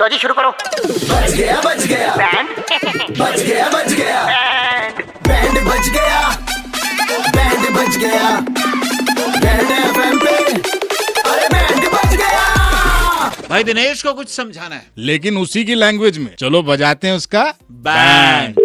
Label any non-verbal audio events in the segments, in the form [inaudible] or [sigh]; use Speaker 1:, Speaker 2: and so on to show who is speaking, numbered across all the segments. Speaker 1: लो जी शुरू करो
Speaker 2: बच गया बच गया
Speaker 1: बैंड
Speaker 2: बच गया बच गया
Speaker 1: बैंड
Speaker 2: बैंड बच गया बैंड बच गया बैंड एफएम पे अरे बैंड बच गया
Speaker 3: भाई दिनेश को कुछ समझाना है
Speaker 4: लेकिन उसी की लैंग्वेज में चलो बजाते हैं उसका
Speaker 3: बैंड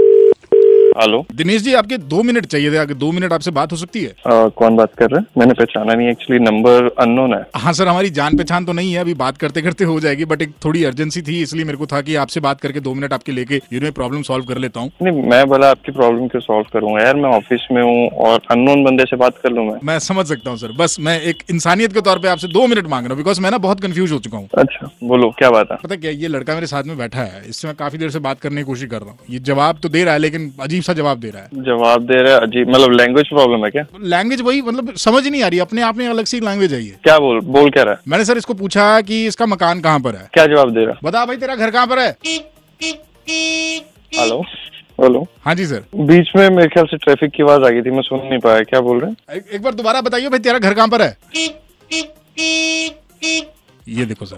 Speaker 5: हेलो
Speaker 4: दिनेश जी आपके दो मिनट चाहिए थे आगे दो मिनट आपसे बात हो सकती है
Speaker 5: अ, Uh, कौन बात कर रहे हैं मैंने पहचाना नहीं एक्चुअली नंबर अननोन है
Speaker 4: हाँ सर हमारी जान पहचान तो नहीं है अभी बात करते करते हो जाएगी बट एक थोड़ी अर्जेंसी थी इसलिए मेरे को था कि आपसे बात करके दो मिनट आपके लेके यू नो प्रॉब्लम सॉल्व कर लेता हूँ
Speaker 5: नहीं मैं बोला आपकी प्रॉब्लम क्यों सॉल्व करूंगा यार मैं ऑफिस में हूँ और अननोन बंदे से बात कर लूं मैं
Speaker 4: मैं समझ सकता हूँ सर बस मैं एक इंसानियत के तौर पे आपसे दो मिनट मांग रहा हूँ बिकॉज मैं ना बहुत कंफ्यूज हो चुका हूँ
Speaker 5: अच्छा बोलो क्या बात है
Speaker 4: पता क्या ये लड़का मेरे साथ में बैठा है इससे मैं काफी देर से बात करने की कोशिश कर रहा हूँ ये जवाब तो दे रहा है लेकिन अजीब सा जवाब दे रहा है
Speaker 5: जवाब दे रहे अजीब मतलब लैंग्वेज प्रॉब्लम है क्या
Speaker 4: लैंग्वेज वही मतलब समझ ही नहीं आ रही अपने आप में अलग सी लैंग्वेज है ये
Speaker 5: क्या बोल बोल क्या रहा है
Speaker 4: मैंने सर इसको पूछा कि इसका मकान कहाँ पर है
Speaker 5: क्या जवाब दे रहा
Speaker 4: बता भाई तेरा घर कहाँ पर है
Speaker 5: है हेलो हेलो
Speaker 4: हाँ जी सर
Speaker 5: बीच में मेरे ख्याल से ट्रैफिक की आवाज आ गई थी मैं सुन नहीं पाया क्या बोल रहे हैं
Speaker 4: एक, एक बार दोबारा बताइए भाई तेरा घर कहाँ पर है ये देखो सर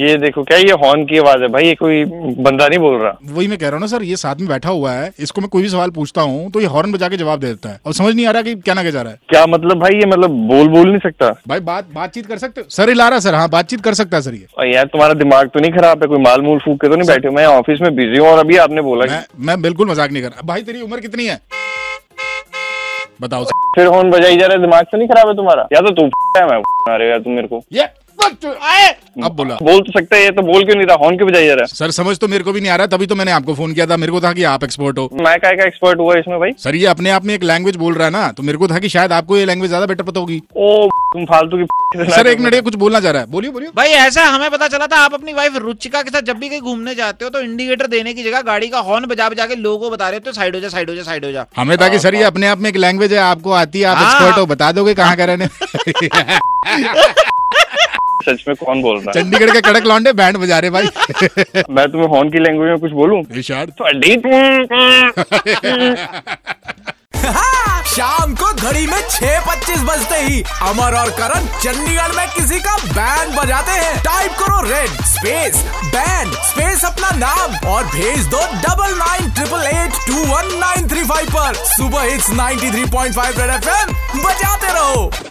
Speaker 5: ये देखो क्या ये हॉर्न की आवाज है भाई ये कोई बंदा नहीं बोल रहा
Speaker 4: वही मैं कह रहा हूँ ना सर ये साथ में बैठा हुआ है इसको मैं कोई भी सवाल पूछता हूँ तो ये हॉर्न बजा के जवाब दे देता है और समझ नहीं आ रहा कि क्या ना जा रहा है
Speaker 5: क्या मतलब भाई ये मतलब बोल बोल नहीं सकता
Speaker 4: भाई बात बातचीत कर सकते हो सर हिला रहा है सर हाँ बातचीत कर सकता है सर ये
Speaker 5: और यार तुम्हारा दिमाग तो नहीं खराब है कोई माल मूल फूक के तो नहीं बैठे हो मैं ऑफिस में बिजी हूँ और अभी आपने बोला कि
Speaker 4: मैं मैं बिल्कुल मजाक नहीं कर रहा भाई तेरी उम्र कितनी है बताओ सर
Speaker 5: फिर हॉर्न बजाई जा रहा है दिमाग तो नहीं खराब है तुम्हारा या तो तू है मैं अरे यार तुम मेरे को
Speaker 4: ये बस तो आए अब बोला
Speaker 5: बोल तो सकता है ये तो बोल क्यों नहीं रहा हॉर्न क्यों बजाई जा रहा
Speaker 4: सर समझ तो मेरे को भी नहीं आ रहा तभी तो मैंने आपको फोन किया था मेरे को था कि आप एक्सपर्ट हो
Speaker 5: है मैं काय का एक्सपर्ट हुआ इसमें भाई
Speaker 4: सर ये अपने आप में एक लैंग्वेज बोल रहा है ना तो मेरे को था कि शायद आपको ये लैंग्वेज ज्यादा बेटर पता होगी
Speaker 5: ओ तुम फालतू
Speaker 4: [laughs]
Speaker 5: की तो
Speaker 4: सर एक मिनट ये कुछ बोलना चाह रहा है बोलिए बोलिए
Speaker 3: भाई ऐसा हमें पता चला था आप अपनी वाइफ रुचिका के साथ जब भी कहीं घूमने जाते हो तो इंडिकेटर देने की जगह गाड़ी का हॉर्न बजा बजा के लोगों को बता रहे होते हो साइड हो जा साइड हो जा साइड हो जा
Speaker 4: हमें था कि सर ये अपने आप में एक लैंग्वेज है आपको आती है आप
Speaker 3: हाँ।
Speaker 4: एक्सपर्ट हो बता दोगे कहाँ का [laughs] रहने
Speaker 5: सच में कौन बोल रहा
Speaker 4: चंडीगढ़ के कड़क लौंडे बैंड बजा रहे [laughs] भाई
Speaker 5: है मैं तुम्हें हॉर्न की लैंग्वेज में कुछ बोलूं
Speaker 4: इशार
Speaker 5: तो अड्डी तुम-
Speaker 6: [laughs] शाम को घड़ी में छह पच्चीस बजते ही अमर और करण चंडीगढ़ में किसी का बैंड बजाते हैं टाइप करो रेड स्पेस बैंड स्पेस अपना नाम और भेज दो double nine triple eight two one nine three five पर सुबह hits 93.5 three point five red F बजाते रहो